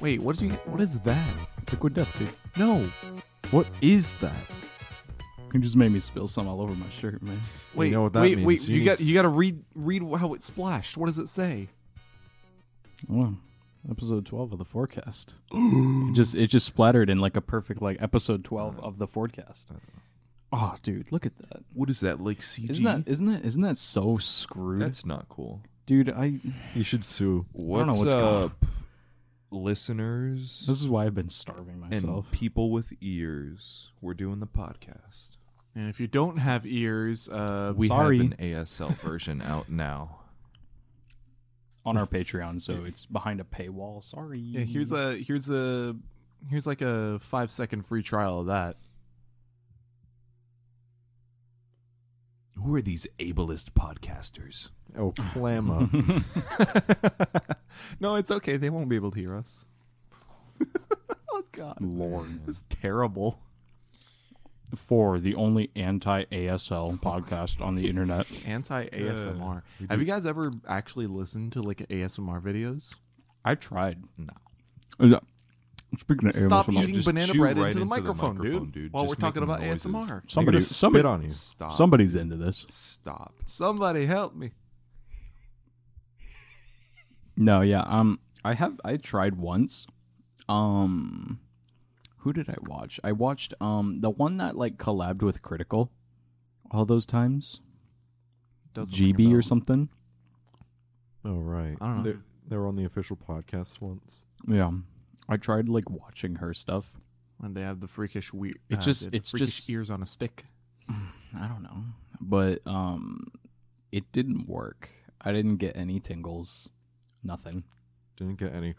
Wait, what did you? What is that? Liquid death, dude. No, what is that? You just made me spill some all over my shirt, man. Wait, know what that wait, means. wait. You You, need got you got to read read how it splashed. What does it say? Oh, episode twelve of the forecast. it just it just splattered in like a perfect like episode twelve of the forecast. Oh, dude, look at that! What is that like CG? Isn't that isn't that isn't that so screwed, That's not cool. dude? I You should sue. What's, what's going- up, listeners this is why I've been starving and myself. people with ears? We're doing the podcast. And if you don't have ears, uh, We Sorry. have an ASL version out now. on our Patreon, so it's behind a paywall. Sorry. yeah, here's a here's a here's like a five second free trial of that. Who are these ableist podcasters? Oh, clam up. no, it's okay. They won't be able to hear us. oh God, Lord it's terrible. for the only anti ASL podcast on the internet. Anti ASMR. Have you guys ever actually listened to like ASMR videos? I tried. No. Uh, Speaking of Stop ASMR, eating Just banana chew bread right into, the, into the microphone, microphone, dude, dude. While Just we're talking about making noises. ASMR. somebody, They're gonna somebody, spit on you. Stop. somebody's into this. Stop. Somebody help me. No, yeah. Um, I have I tried once. Um, who did I watch? I watched um the one that like collabed with Critical all those times, Doesn't ring a GB bell. or something. Oh right. I don't know. They, they were on the official podcast once. Yeah, I tried like watching her stuff. And they have the freakish uh, weird. It's just- it's freakish just- ears on a stick. I don't know, but um, it didn't work. I didn't get any tingles, nothing. Didn't get any.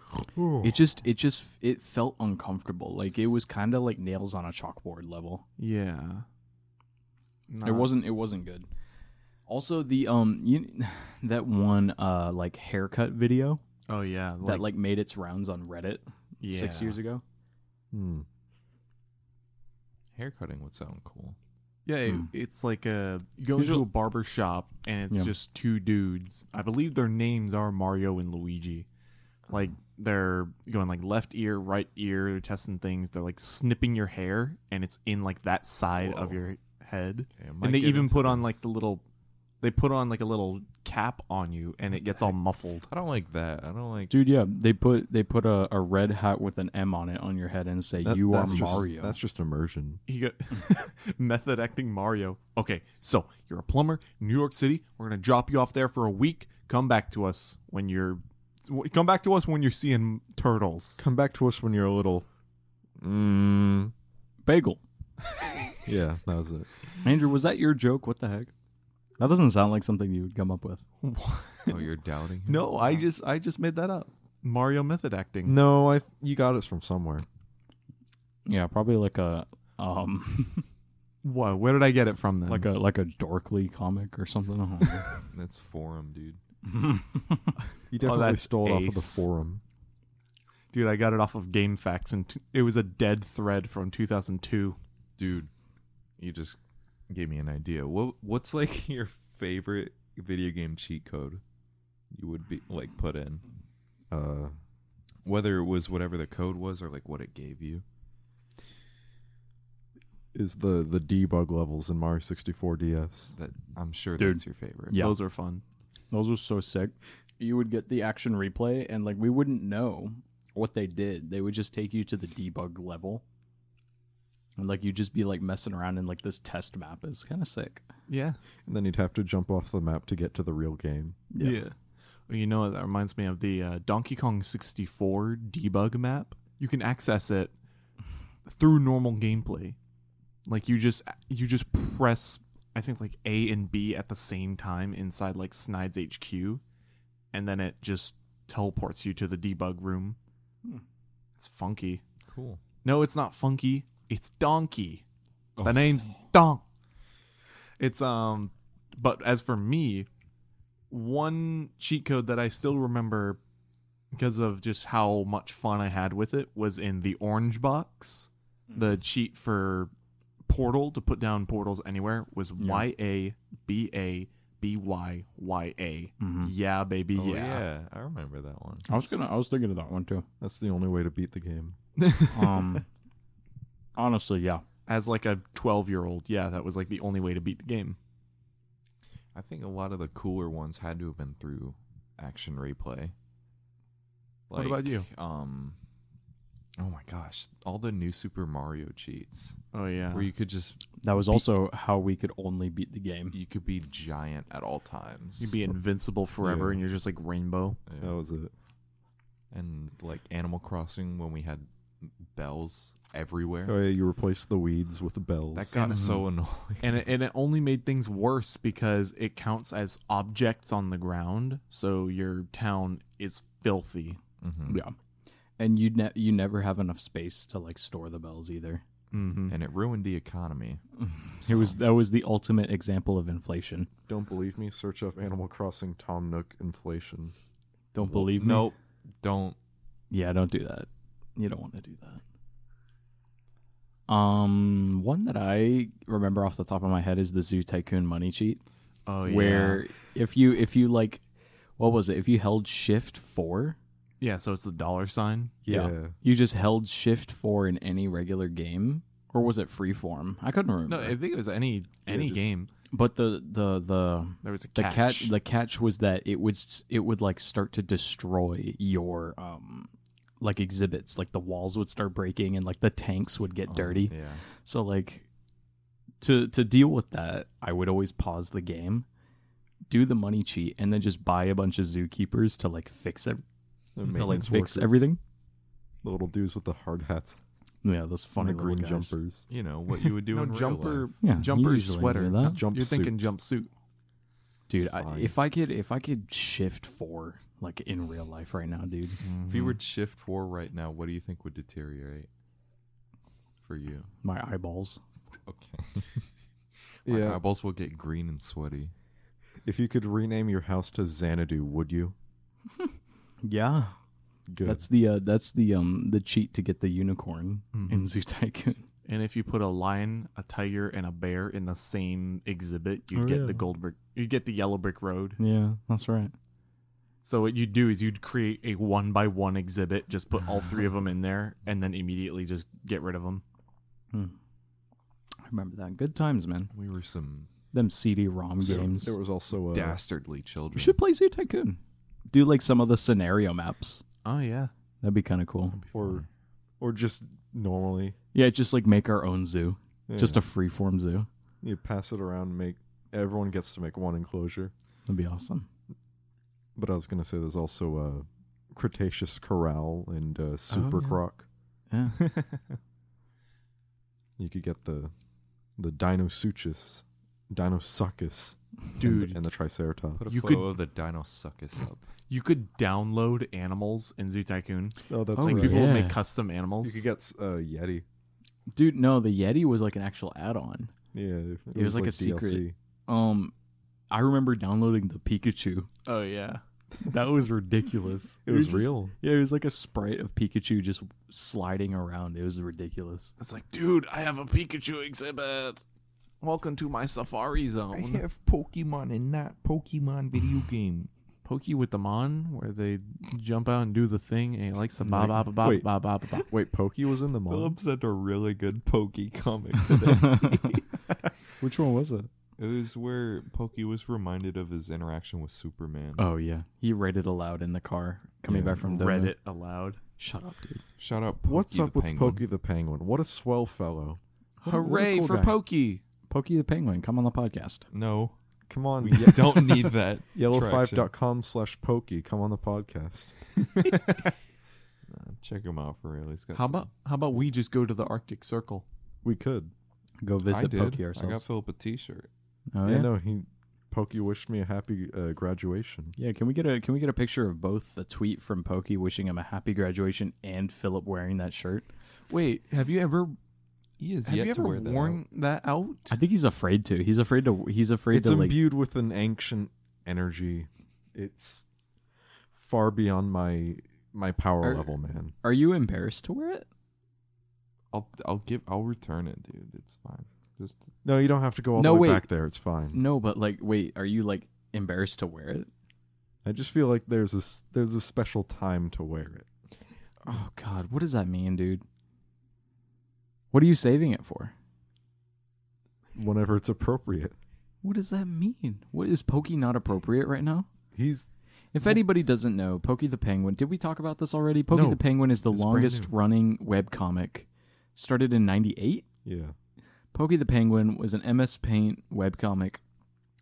It just it just it felt uncomfortable. Like it was kind of like nails on a chalkboard level. Yeah. It wasn't it wasn't good. Also the um you that one uh like haircut video Oh yeah. Like, that like made its rounds on Reddit six Yeah. years ago. Hmm. Haircutting would sound cool. yeah. it- It's like a you go into Usual- a barber shop and it's Hmm. Yeah. just two dudes. I believe their names are Mario and Luigi. Like they're going like left ear, right ear. They're testing things. They're like snipping your hair, and it's in like that side of Whoa. your head. Okay, I might and they get even into put on this. like the little. They put on like a little cap on you, and it gets all muffled. I don't like that. I don't like. Dude, yeah, they put they put a, a red hat with an M on it on your head and say That- you are that's just- Mario. That's just immersion. He got method acting Mario. Okay, so you're a plumber, in New York City. We're gonna drop you off there for a week. Come back to us when you're. Come back to us when you're seeing turtles. Come back to us when you're a little. Mm. Bagel. Yeah, that was it. Andrew, was that your joke? What the heck? That doesn't sound like something you would come up with. Oh, you're doubting. him? No, I just I just made that up. Mm. Mario method acting. No, I. You got it from somewhere. Yeah, probably like a um What? Where did I get it from then? like a like a dorkly comic or something. I don't know. That's forum, dude. Oh, You definitely that's stole it off of the ace. forum. dude, I got it off of GameFAQs, and t- it was a dead thread from 2002. Dude, you just gave me an idea. What What's like your favorite video game cheat code? You would be like put in Uh, whether it was whatever the code was or like what it gave you. is the the debug levels in Mario 64 DS? That I'm sure Dude. that's your favorite. Yeah. Those were fun. Those were so sick. You would get the action replay, and like we wouldn't know what they did. They would just take you to the debug level, and like you'd just be like messing around in like this test map. It's kind of sick. Yeah. And then you'd have to jump off the map to get to the real game. Yeah. Well, you know what? That reminds me of the uh, Donkey Kong 64 debug map. You can access it through normal gameplay. Like you just you just press I think like A and B at the same time inside like Snide's HQ, and then it just teleports you to the debug room. It's funky. Cool. No, it's not funky. It's Donkey. The name's Donk. It's um but as for me, one cheat code that I still remember because of just how much fun I had with it was in the orange box. The cheat for portal to put down portals anywhere was Y A B A B A B Y Y A. Mhm. Yeah, baby, Oh, Mm-hmm. yeah. yeah, I remember that one. I was gonna. I was thinking of that one too. That's the only way to beat the game. Um, honestly, yeah. As like a 12 year old, yeah, that was like the only way to beat the game. I think a lot of the cooler ones had to have been through action replay. What about you? Um, oh my gosh, all the new Super Mario cheats Oh, yeah. Uh-huh. where you could just That was also how we could only beat the game. you could be giant at all times. You'd be invincible forever Yeah. and you're just like rainbow. Yeah. That was it. and like Animal Crossing when we had bells everywhere. Oh Mm-hmm. yeah, you replaced the weeds with the bells. That got so annoying. And it, and it only made things worse because it counts as objects on the ground. So your town is filthy. Mhm. Yeah, and you ne- you never have enough space to like store the bells either. Mm-hmm. And it ruined the economy. It was that was the ultimate example of inflation. Don't believe me? Search up Animal Crossing Tom Nook inflation. Don't believe me. Nope, don't. Yeah, don't do that. You don't want to do that. Um, one that I remember off the top of my head is the Zoo Tycoon money cheat, Oh, where if you if you like, what was it? If you held Shift four, yeah. Yeah, so it's the dollar sign. Yeah. you just held Shift four in any regular game, or was it Freeform? I couldn't remember. No, I think it was any any just- game. but the the the There was a the catch. catch the catch was that it would s- it would like start to destroy your um like exhibits like the walls would start breaking and like the tanks would get dirty Yeah. so like to to deal with that i would always pause the game do the money cheat and then just buy a bunch of zookeepers to like fix ev- The to like maintenance fix workers, everything The little dudes with the hard hats, yeah those and funny the green little guys. jumpers, You know what you would do no in real jumper life. yeah you jumper usually sweater. hear that. jumpsuit. You're thinking jumpsuit. dude It's I, fine. if i could if i could shift four like in real life right now dude If you were Mm-hmm. to shift four right now, what do you think would deteriorate for you? my eyeballs Okay. My yeah. eyeballs will get green and sweaty. If you could rename your house to Xanadu, would you? yeah Good. That's the uh, that's the um the cheat to get the unicorn in Zoo Tycoon. And if you put a lion, a tiger, and a bear in the same exhibit, you Oh, get yeah. the gold brick. You get the yellow brick road. Yeah, that's right. So what you'd do is you'd create a one by one exhibit, just put all three of them in there, and then immediately just get rid of them. I remember that. Good times, man. We were some Them CD-ROM There- games. There was also a dastardly we children. should play Zoo Tycoon. Do like some of the scenario maps. Oh yeah, That'd be kind of cool. or or just normally Yeah, just like make our own zoo, Yeah. just a free-form zoo. you pass it around, make everyone gets to make one enclosure. That'd be awesome. But I was gonna say there's also a Cretaceous Corral and uh, Super Oh, yeah. Croc. Yeah. You could get the the Dinosuchus, Dinosuchus, and Dude. the, and the Triceratops. Put a You photo could- of the Dinosuchus up. you could download animals in Zoo Tycoon. oh, that's Oh, Like right. people would yeah. make custom animals. You could get uh, Yeti. Dude, no, the Yeti was like an actual add-on. Yeah, it, was like a secret. Um, I remember downloading the Pikachu. oh yeah, That was ridiculous. It was just- real. Yeah, it was like a sprite of Pikachu just sliding around. It was ridiculous. it's like, dude, I have a Pikachu exhibit. Welcome to my Safari Zone. Pokemon and not Pokemon video game. Pokey with the Mon, where they jump out and do the thing, and he likes to ba ba ba ba Wait. ba ba ba. Wait, Pokey was in the mall. sent a really good Pokey comic today. Which one was it? it was where Pokey was reminded of his interaction with Superman. Oh yeah, he read it aloud in the car coming back from Dover. Read it aloud. Shut up, dude. Shout out Pokey What's the up with Penguin. Pokey the Penguin? What a swell fellow! What a- what a cool guy. Pokey! Pokey the Penguin. Come on the podcast. No, Come on, we Ye- don't need that. traction. yellow5.com slash Pokey. Come on the podcast. Check him out for real. He's got How some- about how about we just go to the Arctic Circle? We could. Go I visit did. Pokey I got ourselves. Philip a T-shirt. oh, yeah, yeah. no, he Pokey wished me a happy uh, graduation. Yeah, can we get a can we get a picture of both the tweet from Pokey wishing him a happy graduation and Philip wearing that shirt? Wait, have you ever He is have yet you to ever wear that worn that out? I think he's afraid to. He's afraid to. He's afraid It's to like. imbued with an ancient energy. It's far beyond my my power Are- level, man. Are you embarrassed to wear it? I'll I'll give I'll return it, dude. It's fine. Just No, you don't have to go all No, the way wait. back there. It's fine. No, but like, wait, are you like embarrassed to wear it? I just feel like there's a s- there's a special time to wear it. Oh God, what does that mean, dude? What are you saving it for? Whenever it's appropriate. What does that mean? What is Pokey not appropriate right now? He's If anybody doesn't know, Pokey the Penguin, did we talk about this already? Pokey No, the Penguin is the it's brand longest new. running webcomic. Started in 98. yeah. Pokey the Penguin was an MS Paint webcomic.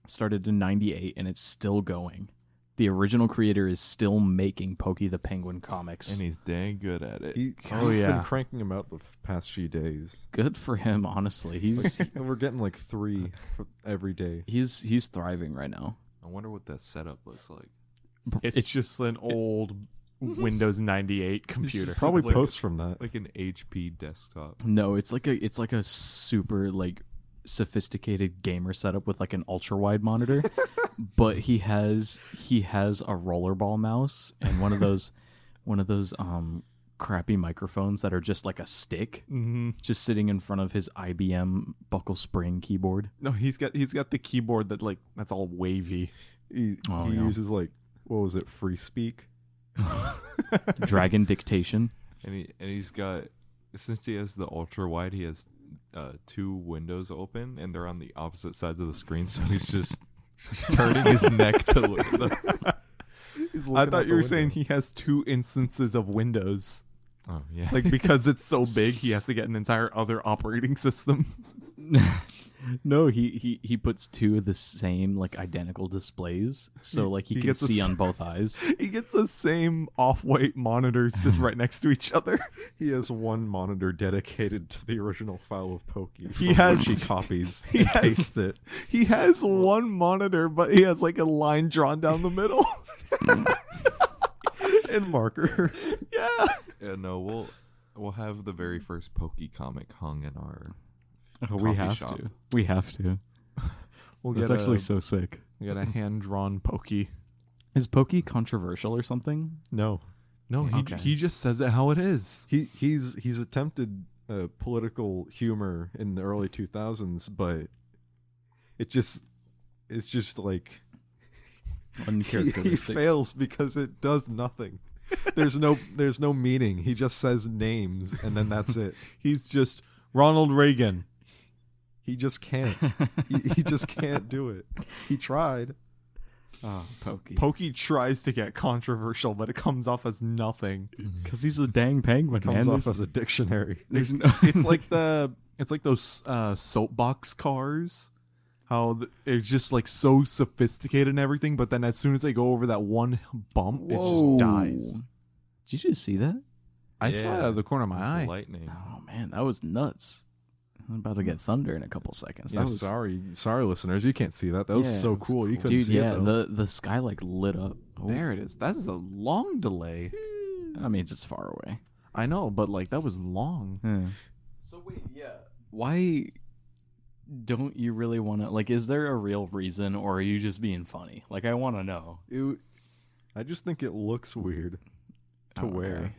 Started in 98 and it's still going. The original creator is still making Pokey the Penguin comics. and he's dang good at it. He, Oh, has yeah. been cranking them out the f- past few days. Good for him, honestly. He's And we're getting like three for every day. he's he's thriving right now. I wonder what that setup looks like. It's, just an old Windows 98 computer. just Probably Like- posts from that. Like an HP desktop. No, it's like a it's like a super like sophisticated gamer setup with like an ultra wide monitor, but he has he has a rollerball mouse and one of those one of those um crappy microphones that are just like a stick Mm-hmm. hmm just sitting in front of his IBM buckle spring keyboard. No, he's got he's got the keyboard that like that's all wavy. He, Oh, he yeah. uses like what was it? Free speak. Dragon dictation. And he and he's got since he has the ultra wide, he has uh, two windows open and they're on the opposite sides of the screen, so he's just turning his neck to look. The, He's I looking out thought the you were window. saying he has two instances of Windows. oh yeah. Like because it's so big, he has to get an entire other operating system. No, he, he he puts two of the same like identical displays, so like he, he can gets a see s- on both eyes. He gets the same off-white monitors just right next to each other. he has one monitor dedicated to the original file of Pokey. He from has- which he copies. he and has- pastes it. He has one monitor, but he has like a line drawn down the middle. and marker. yeah. Yeah, no, we'll we'll have the very first Pokey comic hung in our Oh, we coffee have shop. to. We have to. We'll That's get actually a- so sick. we got a hand-drawn pokey. Is Pokey controversial or something? No, No, he Okay. he just says it how it is. he he's he's attempted uh, political humor in the early 2000s, but it just it's just like he, he Uncharacteristic. fails because it does nothing. There's no there's no meaning. He just says names and then that's it. He's just Ronald Reagan. He just can't. He, he just can't do it. He tried. oh, Pokey. Pokey tries to get controversial, but it comes off as nothing. Because he's a dang penguin, Comes man. off There's- as a dictionary. there's no- It's like the it's like those uh, soapbox cars. How th- it's just like so sophisticated and everything, but then as soon as they go over that one bump, Whoa. it just dies. Did you just see that? I saw it Yeah. out of the corner of my It's eye. Lightning. Oh man, that was nuts. I'm about to get thunder in a couple seconds. That Yeah, was sorry, sorry, listeners. You can't see that. That was Yeah, so it was cool. You couldn't dude. see Yeah, it though. the the sky like lit up. Oh, There it is. That is a long delay. That means it's far away. I know, but like that was long. So wait, yeah. Why don't you really want to? Like, is there a real reason, or are you just being funny? Like, I want to know. It, I just think it looks weird Oh, to wear.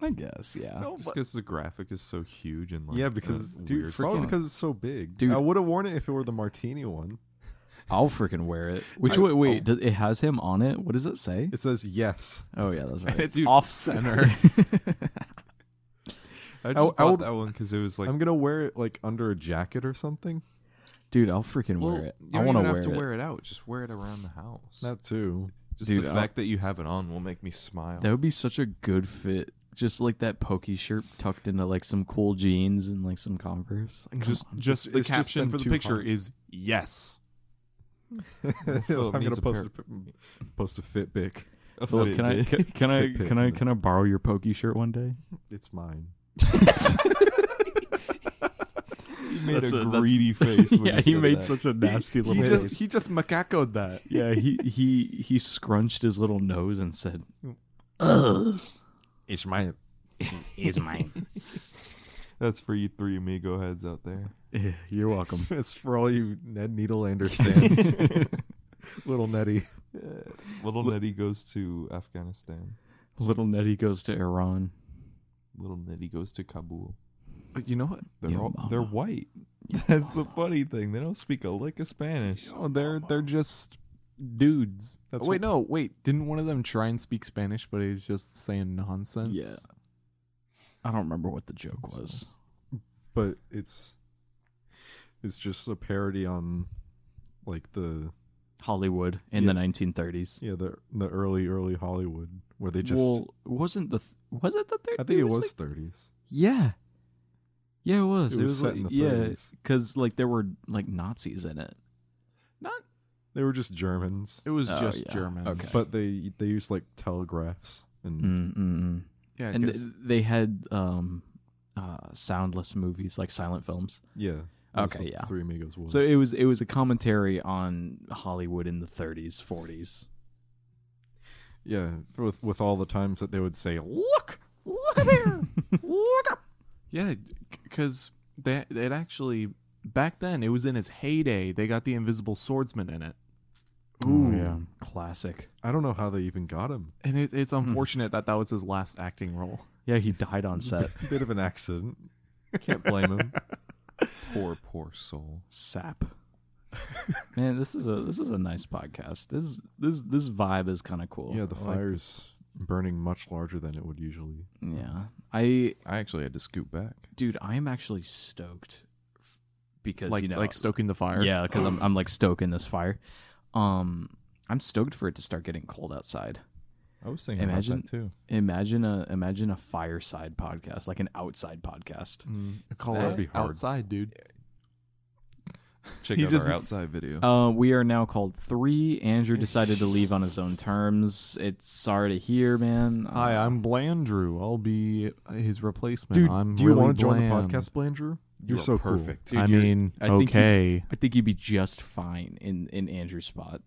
Oh, I guess, yeah. No, Just but- because the graphic is so huge and like yeah, because that dude, weird probably spot. because it's so big. Dude. Dude, I would have worn it if it were the martini one. I'll freaking wear it. Which I- wait, wait, does, it has him on it. What does it say? It says yes. Oh yeah, that's right. it's off center. I I just bought would- that one because it was like I'm gonna wear it like under a jacket or something. Dude, I'll freaking well, wear it. you I don't want even wear have to it. wear it out. Just wear it around the house. That too. just Dude, the I'll- fact that you have it on will make me smile. That would be such a good fit. Just like that pokey shirt tucked into like some cool jeans and like some Converse. Like, come just on. just It's- the it's just caption been for the too picture hot. is yes. I'm Philip gonna needs a post a, p- post a Fitbit. A Phyllis, fit can I bit. can, can I Fit can I pic. can I borrow your pokey shirt one day? It's mine. He made That's a, a- that's- greedy face. When yeah, he, he said made that. such a He nasty little face. just, he just macacoed that. yeah, he he he scrunched his little nose and said, It's mine. "Is mine." That's for you three amigo heads out there. "Eh, You're welcome. It's for all you Ned Needleander stands. Little Nettie. Little Nettie goes to Afghanistan. Little Nettie goes to Iran. Little Nettie goes to Kabul. But you know what? They're Yo all, they're mama. white. That's the funny thing. They don't speak a lick of Spanish. No, they're they're just dudes. That's wait, what- no, wait. Didn't one of them try and speak Spanish, but he's just saying nonsense? Yeah. I don't remember what the joke was. but it's it's just a parody on like the Hollywood in Yeah. the 1930s. yeah the the early early Hollywood where they just well, wasn't the th- was it the 30s? I think it was 30s. yeah. Yeah, it was. It It, was was, set like, in the yeah, 30s. because like there were like Nazis in it. Not. They were just Germans, It was Oh, just yeah. German. Okay. but they they used like telegraphs and Mm, mm, mm. Yeah. And 'cause- th- they had um, uh, soundless movies like silent films. yeah. that's Okay, what yeah. Three Amigos was. So it was it was a commentary on Hollywood in the 30s, 40s. yeah, with with all the times that they would say, "Look, look at here." yeah, because that it actually back then it was in its heyday. They got the Invisible Swordsman in it, Oh, Ooh, yeah, classic. I don't know how they even got him. and it, it's Hmm. unfortunate that that was his last acting role. Yeah, he died on set. Bit of an accident. Can't blame him. Poor, poor soul. Sap. Man, this is a this is a nice podcast. This this this vibe is kind of cool. Yeah, the I like- fire's burning much larger than it would usually. yeah, I I actually had to scoot back. dude, I am actually stoked f- because Like you know like stoking the fire. yeah, because I'm I'm like stoking this fire. Um, I'm stoked for it to start getting cold outside. I was thinking Imagine- about that too. Imagine a imagine a fireside podcast, like an outside podcast. Mm, call That'd it be hard. outside, dude. Check He out just- our outside video. Uh, we are now called three. Andrew decided to leave on his own terms. It's sorry to hear, man. Uh, Hi, I'm Blandrew. I'll be his replacement. Dude, I'm do you really want to join bland. the podcast, Blandrew? You're are so cool. perfect. I you're- mean, I think you- okay. I think you'd be just fine in in Andrew's spot.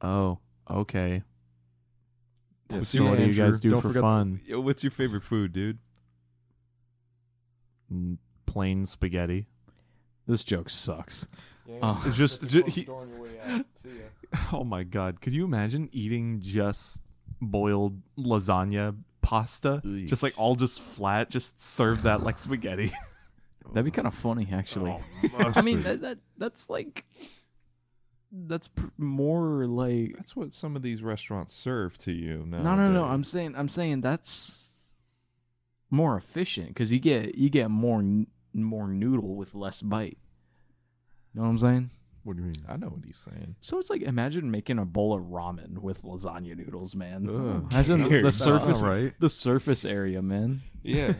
Oh, okay. Yeah, Let's see see what do you Andrew. guys do Don't for forget- fun? Yo, what's your favorite food, dude? Mm, Plain spaghetti. This joke sucks. It's just, ju- he- oh my god! Could you imagine eating just boiled lasagna pasta? Eesh. Just like all just flat, just serve that like spaghetti. That'd be kind of funny, actually. I mean, that, that that's like that's pr- more like That's what some of these restaurants serve to you. no, no, no. nowadays. I'm saying I'm saying that's more efficient because you get you get more n- more noodle with less bite. You know what I'm saying? What do you mean? I know what he's saying. So it's like imagine making a bowl of ramen with lasagna noodles, man. Ugh. Imagine the, the That's not surface right. the surface area, man. Yeah.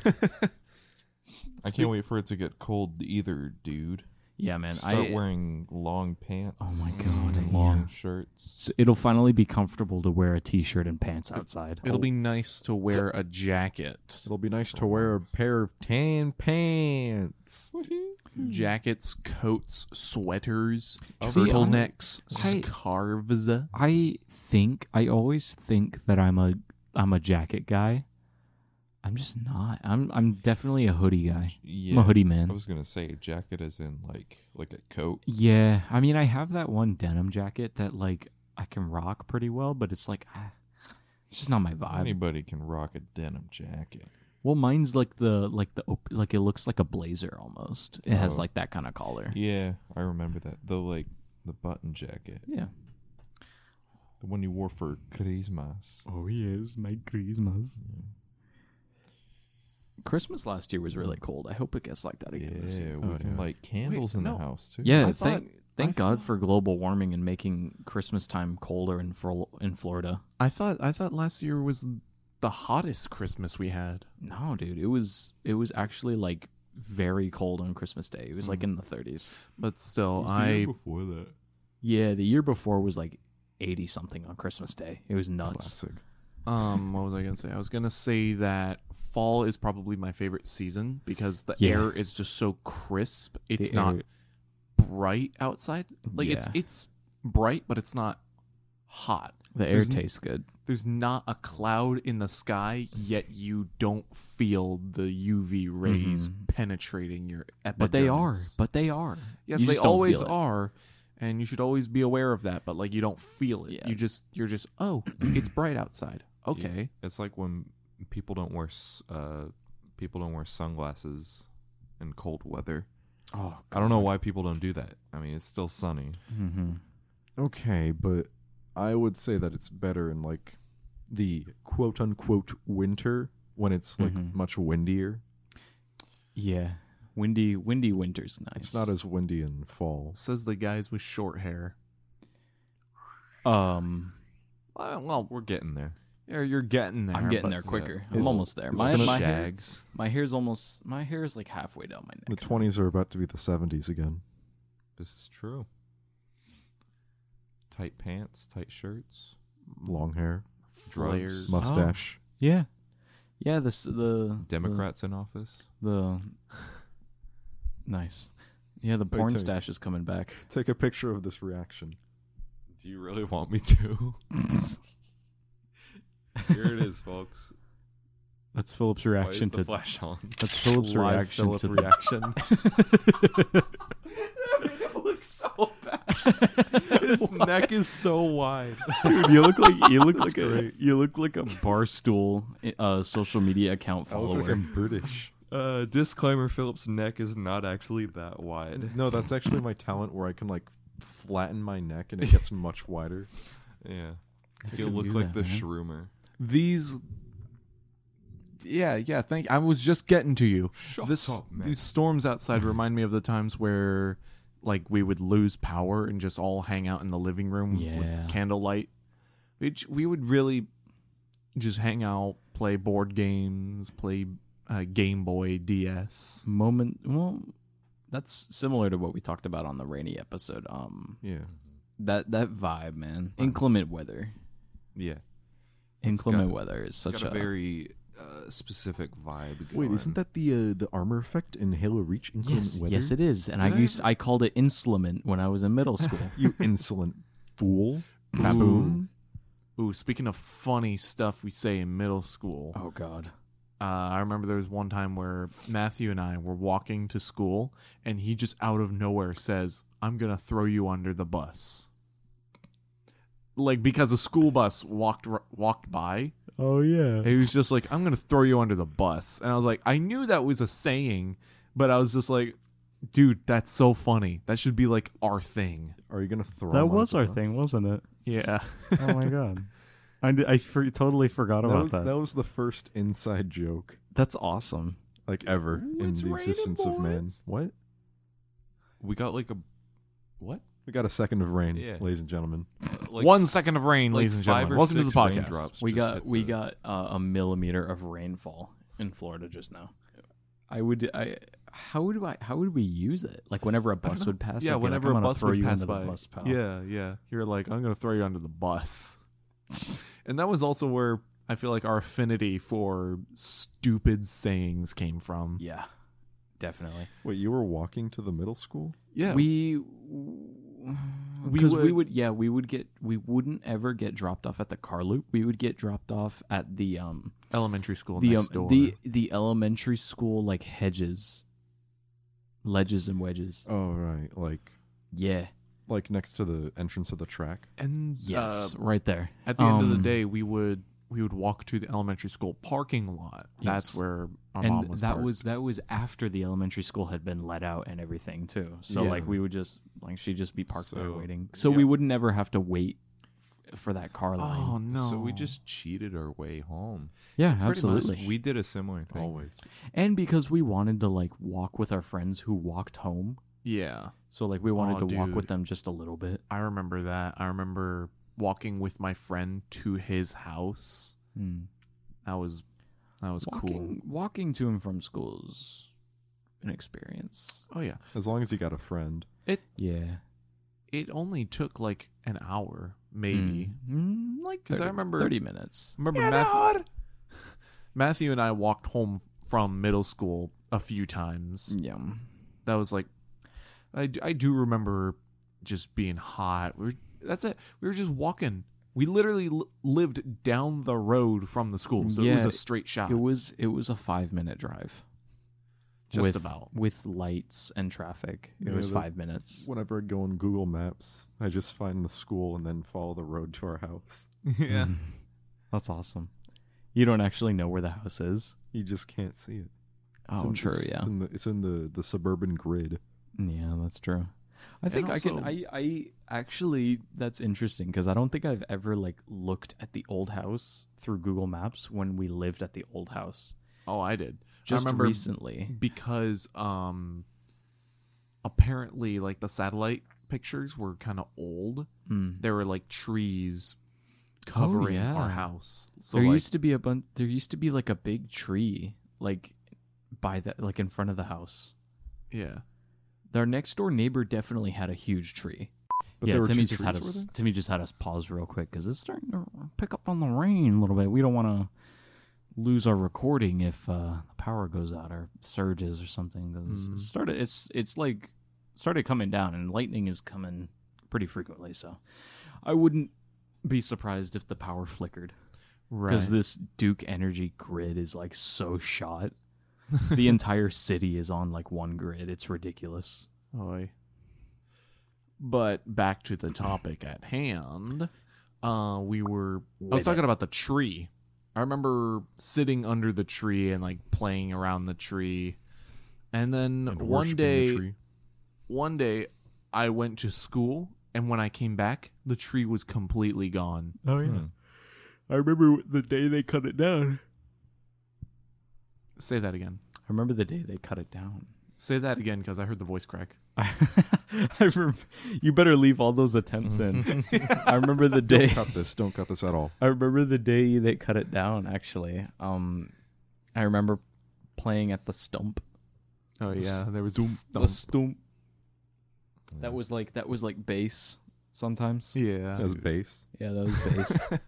I can't wait for it to get cold either, dude. Yeah, man. Start I, wearing long pants. Oh my God, and Long yeah. shirts. so it'll finally be comfortable to wear a t-shirt and pants outside. It'll be nice to wear a jacket. It'll be nice to wear a pair of tan pants. Hmm. Jackets, coats, sweaters, See, I- turtlenecks, I- scarves. I think I always think that I'm a I'm a jacket guy. I'm just not. I'm I'm definitely a hoodie guy. Yeah. I'm a hoodie I man. was gonna say jacket as in like like a coat. Yeah, I mean I have that one denim jacket that like I can rock pretty well, but it's like ah, it's just not my vibe. Anybody can rock a denim jacket. Well, mine's like the like the op- like it looks like a blazer almost. It has Oh. like that kind of collar. Yeah, I remember that. The like the button jacket, Yeah. the one you wore for Christmas. Oh yes, my Christmas. Christmas last year was really cold. I hope it gets like that again this year. Mm. Yeah, we can light candles in no. the house too. Oh, Yeah, I thought- thank thank I God thought- for global warming and making Christmas time colder in Fro- in Florida. I thought I thought last year was the hottest Christmas we had. No, dude, it was it was actually like very cold on Christmas Day. It was like in the 30s. But still, I before that. Yeah, the year before was like 80 something on Christmas Day. It was nuts. Classic. um what was I gonna say? I was gonna say that fall is probably my favorite season because the Yeah. air is just so crisp. It's The not air- bright outside. Like it's Yeah. it's bright, but it's not hot. the air there's n- tastes good. There's not a cloud in the sky, yet you don't feel the UV rays penetrating your epidermis. Mm-hmm. But they are. But they are. Yes, You they just don't always feel it. are, and you should always be aware of that. But like, you don't feel it. Yeah. You just you're just oh, it's bright outside. Okay, It's like when people don't wear s- uh people don't wear sunglasses in cold weather. Oh, I don't know why people don't do that. I mean, it's still sunny. mm-hmm. Okay, but I would say that it's better in like the quote unquote winter when it's like Mhm. much windier. Yeah. Windy, windy winter's nice. It's not as windy in fall. Says the guys with short hair. Um, Well, well Uh, We're getting there. you're you're getting there. I'm getting but- there uh, quicker. it- I'm almost there. it's My, gonna- my, hair, Shags. my hair's almost. My hair is like halfway down my neck. The twenties are about to be the seventies again. This is true. Tight pants, tight shirts, Long hair, Flares. drugs. mustache. Yeah, yeah. This the Democrats in office. The, the nice. Yeah, the Wait, porn sorry. stash is coming back. Take a picture of this reaction. Do you really want me to? Here it is, folks. That's Philip's Why is reaction the to. flash on? That's Philip's Live reaction Philip to. the- reaction. it looks so bad. His neck is so wide. Dude, you look like you look like a you look like a barstool uh, social media account I look like follower. I'm British. Uh, disclaimer: Philip's neck is not actually that wide. No, that's actually my talent where I can like flatten my neck and it gets much wider. Yeah, I you could look do like that, the man. shroomer. These. Yeah, yeah. Thank. I was just getting to you. Shut this up, man. Mm-hmm. these storms outside remind me of the times where like we would lose power and just all hang out in the living room Yeah. with candlelight which we would really just hang out play board games play uh, game boy ds Moment. Well, that's similar to what we talked about on the rainy episode. Um, Yeah. that that vibe, man. Inclement weather. Yeah, Inclement got- weather is it's such got a, a very uh, specific vibe. Wait, going. isn't that the uh, the armor effect in Halo Reach inclement yes, weather? yes, it is. And I, used I called it insolent when I was in middle school. You insolent fool. Baboon. ooh speaking of funny stuff we say in middle school oh God. uh, i remember there was one time where matthew and i were walking to school and he just out of nowhere says i'm gonna throw you under the bus like because a school bus walked r- walked by Oh yeah. He was just like, I'm going to throw you under the bus. And I was like, I knew that was a saying, but I was just like, dude, that's so funny. That should be like our thing. Are you gonna throw? That him was under our the thing, bus? wasn't it? Yeah. Oh my god. I, d- I for- totally forgot That about was that. that was the first inside joke That's awesome. like ever Ooh, in it's the existence of man. boys. What? we got like a what? We got a second of rain, Yeah. ladies and gentlemen. Like, One second of rain, like ladies and five gentlemen. or Welcome to the six podcast. raindrops We just got hit we the- got uh, a millimeter of rainfall in Florida just now. I would I how would I how would we use it? Like whenever a bus would pass. Yeah, I'd be like, whenever "I'm a gonna bus throw would you pass under by. the bus, pal. Yeah, yeah. You're like, I'm going to throw you under the bus. and that was also where I feel like our affinity for stupid sayings came from. yeah, definitely. Wait, you were walking to the middle school? Yeah. um, we We because we would- would yeah we would get we wouldn't ever get dropped off at the car loop we would get dropped off at the um elementary school the um, next door. the the elementary school like hedges ledges and wedges Oh right, like Uh, yeah like next to the entrance of the track. and uh, yes right there At the end of the Um, day, we would we would walk to the elementary school parking lot. That's Yes. where our mom and was. that parked. was that was after the elementary school had been let out and everything too so Yeah. like we would just like she'd just be parked there So- waiting so we would never have to wait f- for that car line oh no. So we just cheated our way home. yeah much. absolutely We did a similar thing. Always. And because we wanted to like walk with our friends who walked home. yeah. So like we wanted Aw, to walk with dude. them just a little bit. I remember that. I remember walking with my friend to his house. Mm, That was that was Walking walking to and from schools an experience. cool. Oh yeah. As long as you got a friend. Yeah. It only took like an hour, maybe. Mm, like 'Cause I 30 remember- 30 minutes. Remember Matthew, Matthew and I walked home from middle school a few times. Yeah. that was like I, d- I do remember just being hot we were, that's it we were just walking we literally l- lived down the road from the school so it was Yeah, a straight shot It was it was a 5 minute drive. Just with, about. with lights and traffic. It Yeah, was the- 5 minutes. Whenever I go on Google Maps, I just find the school and then follow the road to our house. yeah That's awesome. You don't actually know where the house is. You just can't see it. Oh, in, true, it's, yeah. It's in the, it's in the, the suburban grid. Yeah, that's true. I think I also- can. I I actually that's interesting because I don't think I've ever like looked at the old house through Google Maps when we lived at the old house. Oh, I did. Just I remember recently, because um apparently like the satellite pictures were kind of old. Mm. There were like trees covering yeah. our house. So there like, used to be a bunch. There used to be like a big tree, like by that, like in front of the house. yeah. Their next door neighbor definitely had a huge tree. But yeah, there were Timmy two just had trees, were us. there? Timmy just had us pause real quick because it's starting to pick up on the rain a little bit. We don't want to lose our recording if uh, the power goes out or surges or something. Mm-hmm. 'cause It started. It's it's like started coming down and lightning is coming pretty frequently. So I wouldn't be surprised if the power flickered Right. because this Duke Energy grid is like so shot. the entire city is on like one grid. It's ridiculous. Oy. But back to the topic at hand. Uh, we were. I was talking about the tree. I remember sitting under the tree and like playing around the tree, and then And one worshiping the day, tree. one day, I went to school, and when I came back, the tree was completely gone. Oh Hmm. yeah. I remember the day they cut it down. Say that again. I remember the day they cut it down. Say that again because I heard the voice crack. I remember, you better leave all those attempts in. I remember the day. Cut this. Don't cut this at all. I remember the day they cut it down. Actually, um, I remember playing at the stump. Oh yeah, there was The stump. That was like that was like bass sometimes. yeah. That was base. Yeah, that was bass.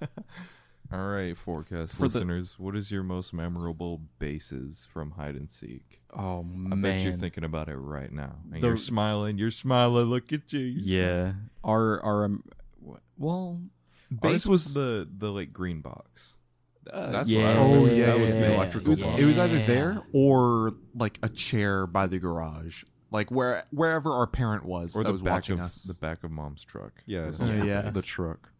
All right, forecast For the- listeners, what is your most memorable bases from hide and seek? oh I man. bet you're thinking about it right now. And The- you're smiling. You're smiling. Look at you. you're Yeah. Our our um, well. smiling. Ours Oh, was the the like green box. That's yeah. what I remember. Oh, That was the yeah. electrical Yeah. box. It was either there or like a chair by the garage, like where wherever our parent was Or that the was back watching of us. the back of mom's truck. Yeah, was yeah, also- yeah. The truck.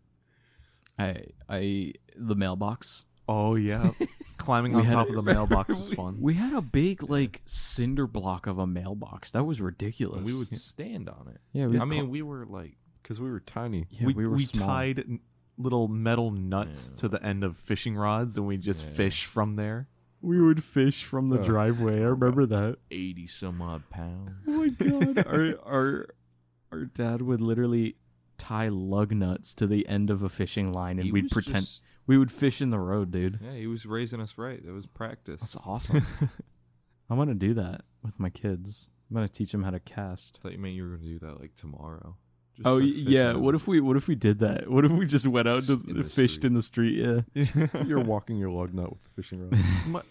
I I the mailbox. oh yeah, climbing on top of the mailbox was fun. We had a big like cinder block of a mailbox. That was ridiculous. And we would stand on it. Yeah, we I mean, we were like Because we were tiny. Yeah, we we were small. tied n- little metal nuts to the end of fishing rods, and we just fish from there. We would fish from Uh, the driveway. I remember that. eighty some odd pounds. Oh my god! our our our dad would literally tie lug nuts to the end of a fishing line, and He we'd was pretend just- we would fish in the road, dude. Yeah, he was raising us right. That was practice. That's awesome. I want to do that with my kids. I'm gonna teach them how to cast. I thought you meant you were gonna do that like tomorrow. Just Oh start yeah, fishing what those- if we what if we did that? What if we just went out to- In and the fished fished street. in the street? Yeah. You're walking your lug nut with the fishing rod.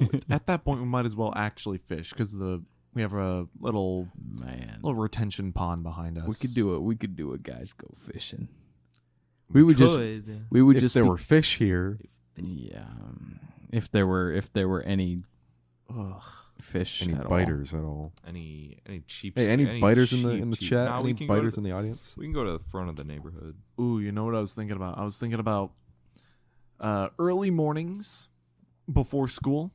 Mi- At that point, we might as well actually fish because the we have a little Man, little retention pond behind us. we could do it. We could do it, guys. Go fishing. We would just Could. we would if just there be- were fish here, yeah. um, If there were if there were any Ugh. fish any at all. biters at all? any any cheap. Hey, any, biters in the cheap, in the cheap- chat? Nah, any we can go to biters the- in the audience? We can go to the front of the neighborhood. Ooh, you know what I was thinking about? I was thinking about uh, early mornings before school.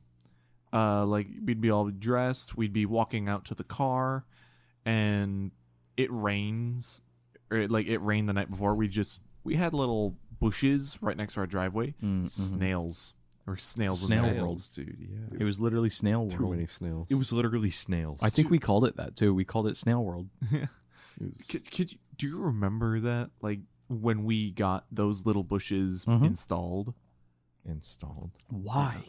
Uh, like we'd be all dressed, we'd be walking out to the car, and it rains, or it, like it rained the night before. We just we had little bushes right next to our driveway, Mm, mhm. snails or snails. was Snail their world. name. dude. Yeah. It was literally snail Too world. many snails. It was literally snails. I think we called it that too. We called it snail world. It was- Could, could you, do you remember that? Like when we got those little bushes Mhm. installed. installed. Why?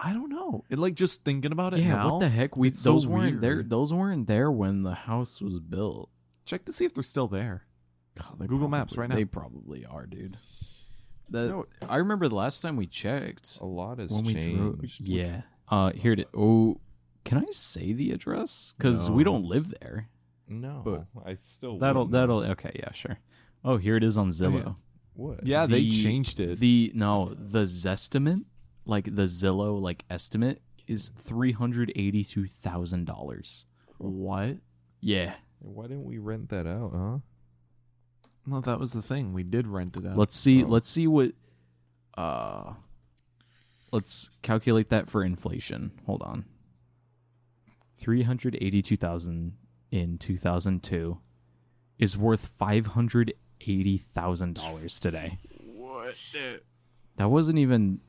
I don't know. It like just thinking about it Yeah. now. what the heck? We it's so those weren't there. weird. Those weren't there when the house was built. Check to see if they're still there. God, they Google Maps probably- right now. They probably are, dude. The, No. I remember the last time we checked A lot has when we drove. changed. Yeah. Uh, here it. Oh, can I say the address? Because we don't live there. No, But- I still That'll wouldn't. that'll okay, yeah, sure. Oh, here it is on Zillow. what? Yeah, they The- changed it. The no, the Zestimate, like the Zillow like estimate is three hundred eighty two thousand dollars. what? Yeah. Why didn't we rent that out? Huh? No, that was the thing. We did rent it out. Let's see let's see what uh let's calculate that for inflation. Hold on. Three hundred eighty two thousand in two thousand two is worth five hundred eighty thousand dollars today. What? That wasn't even.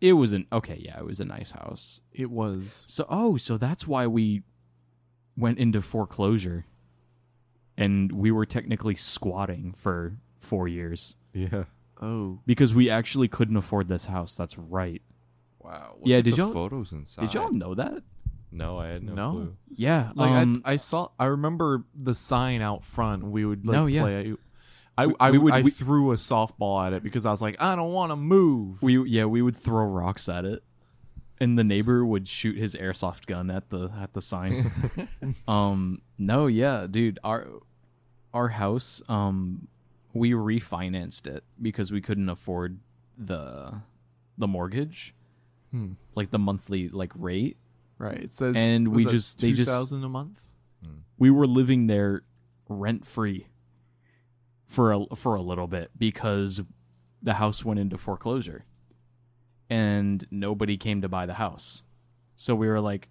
It was an okay. Yeah, it was a nice house. It was. So oh, so that's why we went into foreclosure, and we were technically squatting for four years Yeah. Oh, because we actually couldn't afford this house. That's right. Wow. Yeah, at did the y'all- photos inside? Did y'all know that? No, I had no, No? clue. Yeah. like um, I, I saw. I remember the sign out front. We would like No, yeah. play. I We- I, we would- I we- threw a softball at it because I was like, I don't want to move. we yeah we would throw rocks at it, and the neighbor would shoot his airsoft gun at the at the sign. um. No. Yeah, dude. Our our house. Um. We refinanced it because we couldn't afford the the mortgage, Hmm. like the monthly like rate. Right. It says, And we was that just- they just- 2,000 a month. we were living there rent free for a for a little bit because the house went into foreclosure and nobody came to buy the house. So we were like,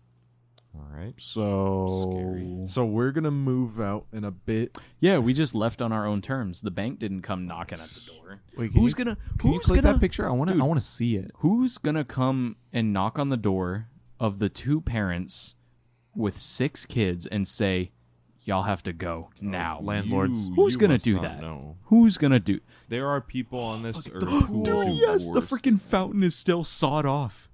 All right. Oh. so Scary. So we're gonna move out in a bit. yeah, we just left on our own terms. The bank didn't come knocking at the door. Wait, can Who's you, gonna Can you who's click gonna that picture? I want to. I want to see it. who's gonna come and knock on the door of the two parents with six kids and say, y'all have to go now? landlords. You- Who's Oh, you gonna must do not that? know. Who's gonna do? There are people on this earth who will Dude, do yes, the worse. freaking fountain is still sawed off.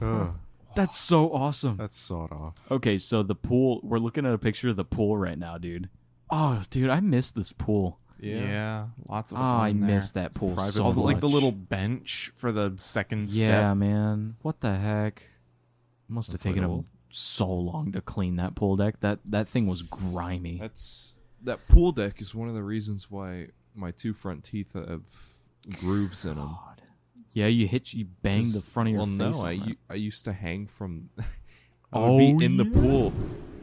Ugh, That's so awesome. that's sawed off. Okay, so the pool, we're looking at a picture of the pool right now, dude. Oh, dude, I miss this pool. lots of. Oh, fun I there. miss that pool so All the, like the much. little bench for the second Yeah, step. man. What the heck? Must have taken old. him so long to clean that pool deck. That that thing was grimy. That's that pool deck is one of the reasons why my two front teeth have grooves in them. God. Yeah, you hit, you bang the front of your well, no, face. I, on u- it. I used to hang from. I would be Oh, in the yeah. pool.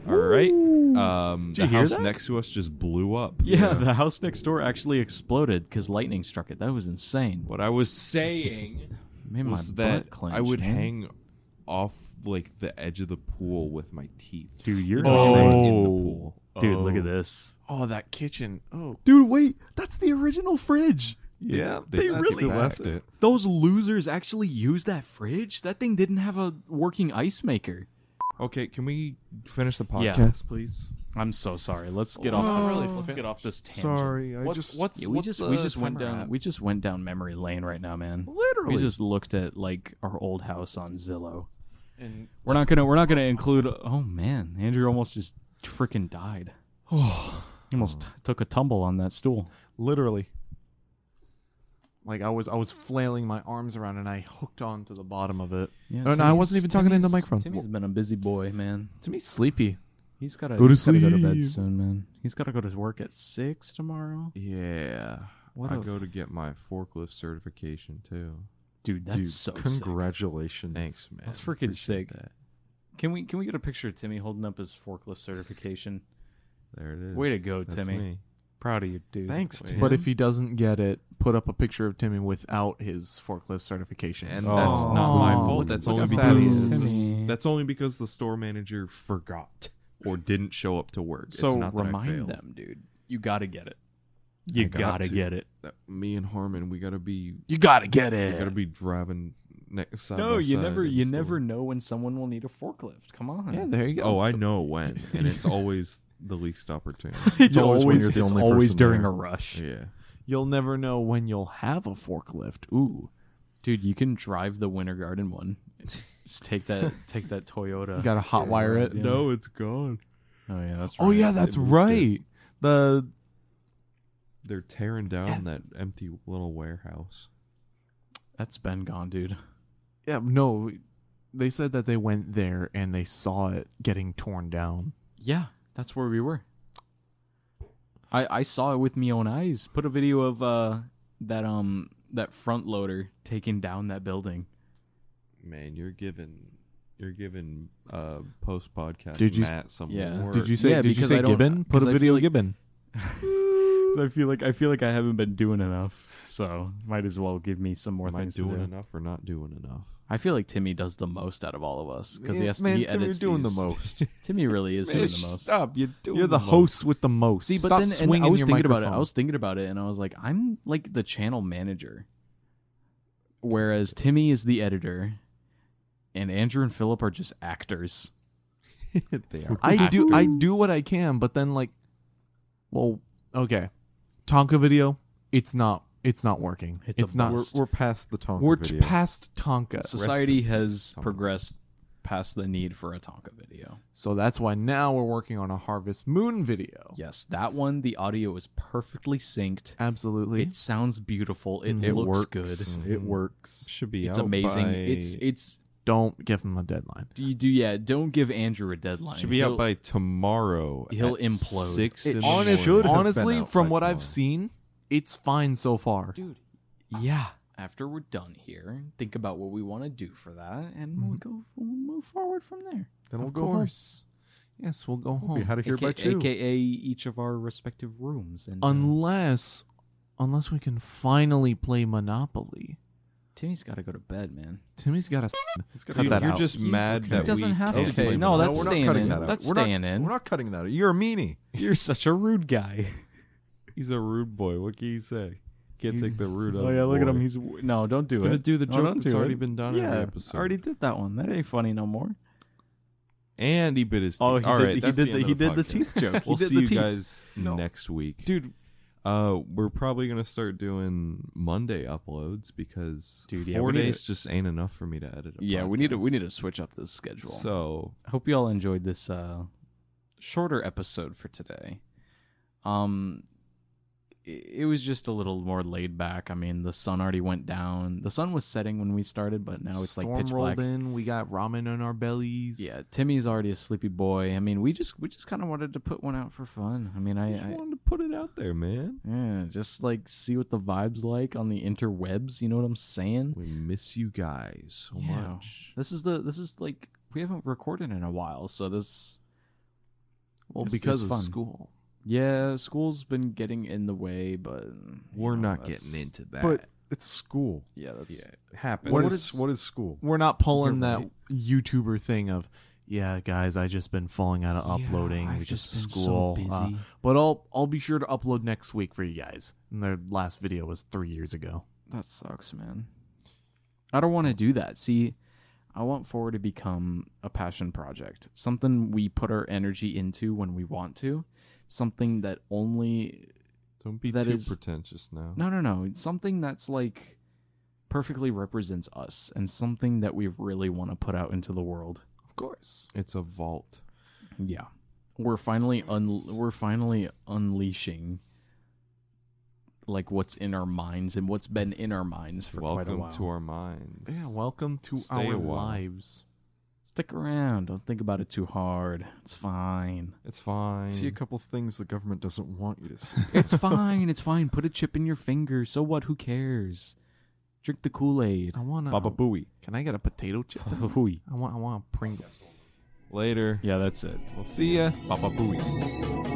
All right. Um, you the hear house that? next to us just blew up. yeah, the house next door actually exploded because lightning struck it. That was insane. What I was saying Made my was that butt clench, I would man. hang off like the edge of the pool with my teeth. Dude, you're Like, oh. in the insane. pool. Dude, look at this. Oh, that kitchen. Oh, Dude, wait, that's the original fridge. yeah. They, That's really- the left it. Those losers actually used that fridge? That thing didn't have a working ice maker. Okay, can we finish the Yeah. podcast, please? I'm so sorry. Let's get Oh, off this, really? let's get off this tangent. Sorry, I What's just what's Yeah, we what's just the we just went timer down at? we just went down memory lane right now, man. literally We just looked at like our old house on Zillow. and We're not gonna we're not gonna include oh man, Andrew almost just freaking died. he almost t- took a tumble on that stool. literally like I was I was flailing my arms around and I hooked on to the bottom of it. Yeah, Oh, no, I wasn't even talking into the microphone. Timmy's been a busy boy, man. To me, sleepy. He's gotta Go to he's gotta go to bed sleep. soon, man. He's gotta go to work at six tomorrow. Yeah. What I a- go to get my forklift certification too. Dude, that's Dude, so sick. congratulations. Thanks, man. That's freaking sick. that. Can we can we get a picture of Timmy holding up his forklift certification? There it is. Way to go, That's Timmy. me. Proud of you, dude. Thanks, Tim. But if he doesn't get it, put up a picture of Timmy without his forklift certification. And Oh. that's not my Look- fault. That's look only how sad he because is. Timmy. that's only because the store manager forgot or didn't show up to work. it's So not that I remind failed. them, dude. You gotta get it. You got gotta to. get it. That me and Harmon, we gotta be you gotta get we gotta it. be driving next side. No, by you side never in the you store. never know when someone will need a forklift. Come on. Yeah, there you go. Oh, I know when, and it's always the least opportunity. it's, always always, when you're the it's only always person during there. a rush. yeah. You'll never know when you'll have a forklift. Ooh, Dude, you can drive the Winter Garden one. Just take that take that Toyota. you gotta hotwire it. Yeah. No, it's gone. Oh yeah, that's right. Oh yeah, that's right. The They're tearing down that empty little warehouse. That's been gone, dude. yeah no, they said that they went there and they saw it getting torn down. Yeah, that's where we were. I I saw it with my own eyes. Put a video of uh that um that front loader taking down that building. Man, you're giving you're giving uh post podcast Did you- Matt some yeah. work. Did you say? Yeah, did you because I say don't- Gibbon? Put because I a feel video like- Gibbon. 'Cause I feel like I feel like I haven't been doing enough, so might as well give me some more Am I things to do. doing enough or not doing enough? I feel like Timmy does the most out of all of us because he Yeah, has to. man, he Tim, you're edits doing the these. most. Timmy really is doing the most. Stop. You're, doing You're the host with the most. See, but Stop then and swinging I was your thinking about it. I microphone. was thinking about it, and I was like, I'm like the channel manager, whereas Timmy is the editor, and Andrew and Philip are just actors. they are. I do I do what I can, but then like well, okay. Tonka video, it's not it's not working. It's a not We're, we're past the Tonka we're video. past Tonka. Society has progressed past the need for a Tonka video. So that's why now we're working on a Harvest Moon video. Yes, that one the audio is perfectly synced. Absolutely. It sounds beautiful. Mm-hmm. It, it looks works. good. It works. Should be It's out amazing. by- It's it's Don't give them a deadline. do you do yeah. Don't give Andrew a deadline. should be He'll- out by tomorrow. he'll at implode. Six. It in the honestly- morning. should have been Honestly, out from by what tomorrow. I've seen, it's fine so far. Yeah. After we're done here, think about what we want to do for that, and we'll Mm-hmm. go. We'll move forward from there. Then we'll of go home. course. Yes, we'll go We home. had it here by AKA, two. AKA each of our respective rooms. And uh, unless unless we can finally play Monopoly. Timmy's got to go to bed, man. Timmy's got to cut Dude, that you're out. just mad He that doesn't we have can't to. play Be. No, Monopoly. that's we're not staying cutting in. that out. That's We're not- staying in. We're not cutting that. out. You're a meanie. You're such a rude guy. He's a rude boy. What can you say? Can't take the rude. out Oh of a yeah, look at boy. him. He's no, don't do He's it. gonna do the No, joke don't that's do already it. been done every Yeah, episode. I already did that one. That ain't funny no more. And he bit his. Teeth. Oh, he All did- right, he that's did the the- end of he the did the podcast. teeth joke. He We'll did see the you teeth. guys next week, Dude, Uh, we're probably gonna start doing Monday uploads because Dude, yeah, four we need days just ain't enough for me to edit. A Yeah, we need to podcast. we need to switch up this schedule. So hope you all enjoyed this uh, shorter episode for today. Um, it, it was just a little more laid back. I mean, the sun already went down. The sun was setting when we started, but now it's Storm like pitch rolled black. in. We got ramen in our bellies. Yeah, Timmy's already a sleepy boy. I mean, we just we just kind of wanted to put one out for fun. I mean, I I, just I wanted to put it out there, man. yeah, just like see what the vibes like on the interwebs. You know what I'm saying? We miss you guys so Yeah. much. This is the this is like we haven't recorded in a while, so this Well, This because is of fun. school. yeah, school's been getting in the way, but you We're know, not that's- getting into that. But it's school. Yeah, that's It happens. What what is- is what is school? We're not pulling You're that right. YouTuber thing of, yeah, guys, I just been falling out of uploading I've because just been so school. uh, busy. but I'll I'll be sure to upload next week for you guys. And their last video was three years ago. that sucks, man. I don't want to do that. See, I want forward to become a passion project, something we put our energy into when we want to, something that only don't be that too is- pretentious now. no, no, no, it's something that's like perfectly represents us and something that we really want to put out into the world. Of course. It's a vault. Yeah. We're finally un- we're finally unleashing like what's in our minds and what's been in our minds for quite a Welcome while. to our minds. Yeah. Welcome to Stay our a while. lives. Stick around. Don't think about it too hard. It's fine. It's fine. See a couple things the government doesn't want you to see. It's fine. It's fine. Put a chip in your finger. So what? Who cares? Drink the Kool Aid. I wanna. um, Baba Booey. Can I get a potato chip? I want. I want a Pringle. Later. yeah, that's it. See ya. Papa Booey.